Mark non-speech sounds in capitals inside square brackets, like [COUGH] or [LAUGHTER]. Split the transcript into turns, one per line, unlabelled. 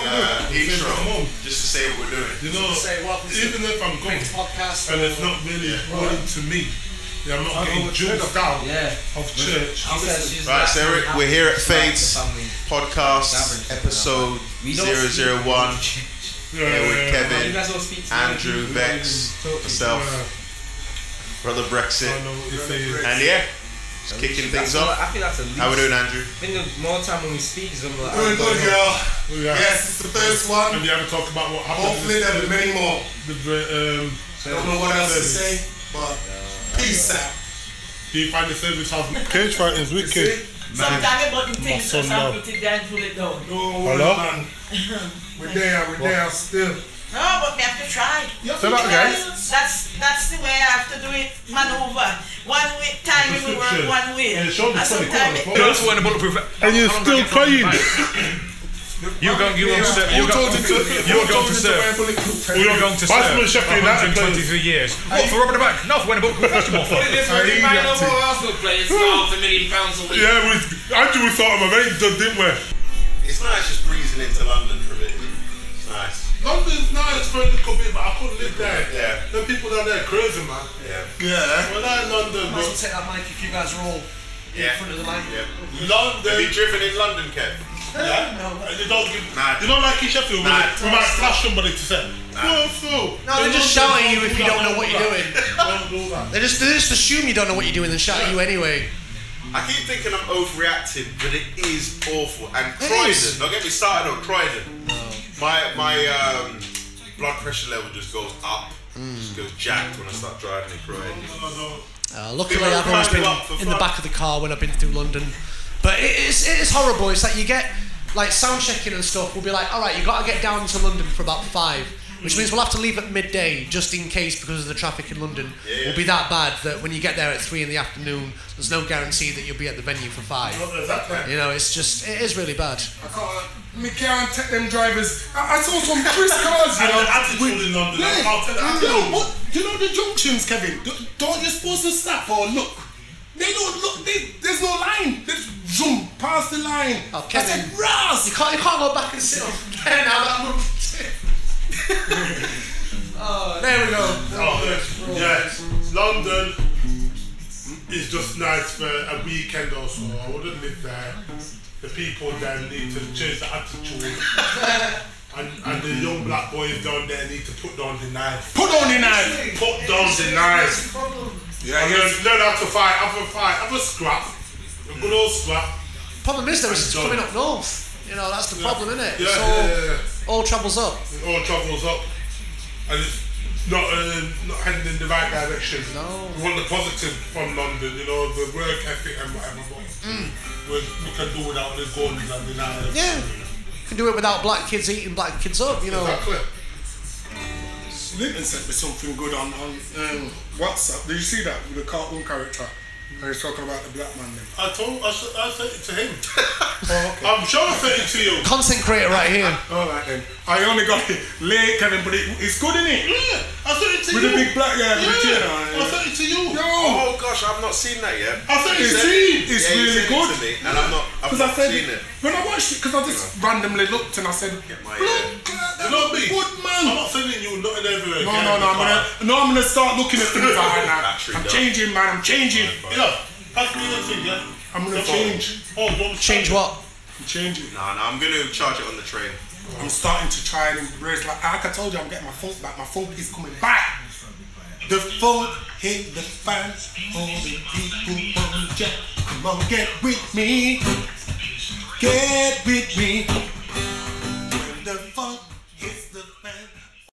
intro
I'm on.
just to say what we're doing.
You know,
Say welcome to
even if I'm going
Great podcast.
and it's not really according to me, yeah, I'm not getting juiced out
Yeah.
of church.
She says she's
Right,
like-
so we're, we're here at Fates
Family.
Podcast, episode
We don't speak.
001. Here with
You
Kevin,
guys don't speak to
Andrew,
We don't
Vex,
even talk-
myself, Brother
Yeah, I
Brexit,
know what you're saying.
and yeah, just kicking
That's
things
a-
off.
I feel that's a least.
How we doing, Andrew?
I think the more time when we speak, is I'm like, I
Doing
don't
good,
know.
girl.
We are-
Yes, it's the first one.
And we haven't talked about what happened.
Hopefully there'll be many more.
The, the, um,
I don't know what else to say, but peace out.
do you find the service has cage fighting is
You
wicked?
see?
Sometimes about the things
son
that
now.
happen to them pull it down.
No
No,
Hello?
worry, man. We're there, we're there still.
but we have to try.
Say that again.
That's that's the way I have to do it. Maneuver. One way time it will work
Prescription.
one way.
Yeah, show me
and
something,
sometimes
come on, come
it
on.
That's when the bulletproof.
And you're
how long
still
have you
crying.
gone? You're going. You're going to serve. You're
told
going
you to?
You're going
who told
to
you
serve.
wear bulletproof
Who
pants?
You're going to serve.
Batsman Sheffield United
123 years. What for Robert back? No, for when the bulletproof festival.
What is this
I
fucking
ain't
man
got
of
to.
all Arsenal players? Half a million pounds a week.
Yeah, we, Andrew was sort of a mate, didn't we?
It's nice just breezing into London for a bit. It's nice.
London's nice for a little bit, but I couldn't live there.
Yeah.
The people down there crazy, man.
Yeah.
Yeah.
When I in London,
Might
bro,
as well take that mic if you guys roll in front of the mic.
Yeah. Have you
London,
driven in London, Kev?
No.
and they don't give.
Nah.
You know, like in Sheffield, we,
Nah.
we might slash somebody to say, no, no.
No, they're just
don't do
shouting
that,
you if
don't do
you don't
that,
know what you're doing.
Don't do that.
They just they just assume you don't know what you're doing and shout at you anyway.
I keep thinking I'm overreacting, but it is awful. And
It
Croydon,
is.
don't get me started on Croydon. My my um, blood pressure level just goes up, just goes jacked when I start driving in Croydon.
Oh.
Uh, luckily,
People
I've always
climb
been
you up for
in the
fun.
back of the car when I've been through London. But it is it is horrible. It's like you get like sound checking and stuff. We'll be like, all right, you got to get down to London for about five, which means we'll have to leave at midday just in case because of the traffic in London
Yeah.
will be that bad that when you get there at three in the afternoon, there's no guarantee that you'll be at the venue for five.
Exactly.
You know, it's just it is really bad.
I can't, me can't take them drivers. I, I saw some Chris cars, you
And
know.
the attitude
with-
in London,
[LAUGHS] Yeah.
I'll tell you,
Yo, what? You know the junctions, Kevin? D- Don't you supposed to stop or look? They don't look. They, there's no line. They just zoom past the line.
Oh,
I
Kevin.
said, Ross.
You can't, you can't go back and sit on there now that I'm up Oh, there we go.
Oh, yes. London is just nice for a weekend or so. I wouldn't live there. The people there need to change the attitude. and, and the young black boys down there need to put down the knife.
Put on the knife.
Put down the knife.
Yeah,
And
yeah.
learn, learn how to fight, have a fight, have a scrap. A good old scrap.
Problem is though, is it's
Done.
coming up north. You know, that's the problem, isn't it?
Yeah,
it's all,
yeah, yeah,
all travels up.
yeah. All travels up. And it's not, um, not heading in the right direction.
No.
We want the positive from London, you know, the work ethic and whatever, but we, we can do without the guns and the knives.
Yeah. You can do it without black kids eating black kids up, you know.
Exactly.
Linton sent me something good on, on um, WhatsApp. Did you see that with the cartoon character? And he's talking about the black man. Then.
I told, I, s- I said it to him.
Oh, okay.
I'm sure I said it to you.
Content creator right here.
Oh, All right then. I only got it late, Kevin, but it, it's good, isn't it?
Yeah, I said it to
With
you.
the big black guy, with the chain
yeah,
on.
I said it to you.
Yo,
Oh gosh, I've not seen that yet.
I said it
it's,
to you.
it's
Yeah, you
really
sent it
good.
to me, and I'm not. I've
Because I
not
said
seen it.
when I watched it, because I just randomly looked and I said, "Look,
my, uh, Oh,
that's
You know me.
good
I'm
man."
not sending you nothing ever again.
No, no, no. I'm gonna, no, I'm gonna start looking at things right
Battery
now. I'm
down.
changing, man. I'm changing.
Yeah, pass me the thing, yeah?
I'm
The
gonna change.
phone. Oh, don't
Change what?
I'm changing.
No, no, I'm gonna charge it on the train.
I'm starting to try and embrace. Like, like I told you, I'm getting my folk back. My folk is coming back. The folk hit the fan. All the people on jack. Come on, get with me. Get with me.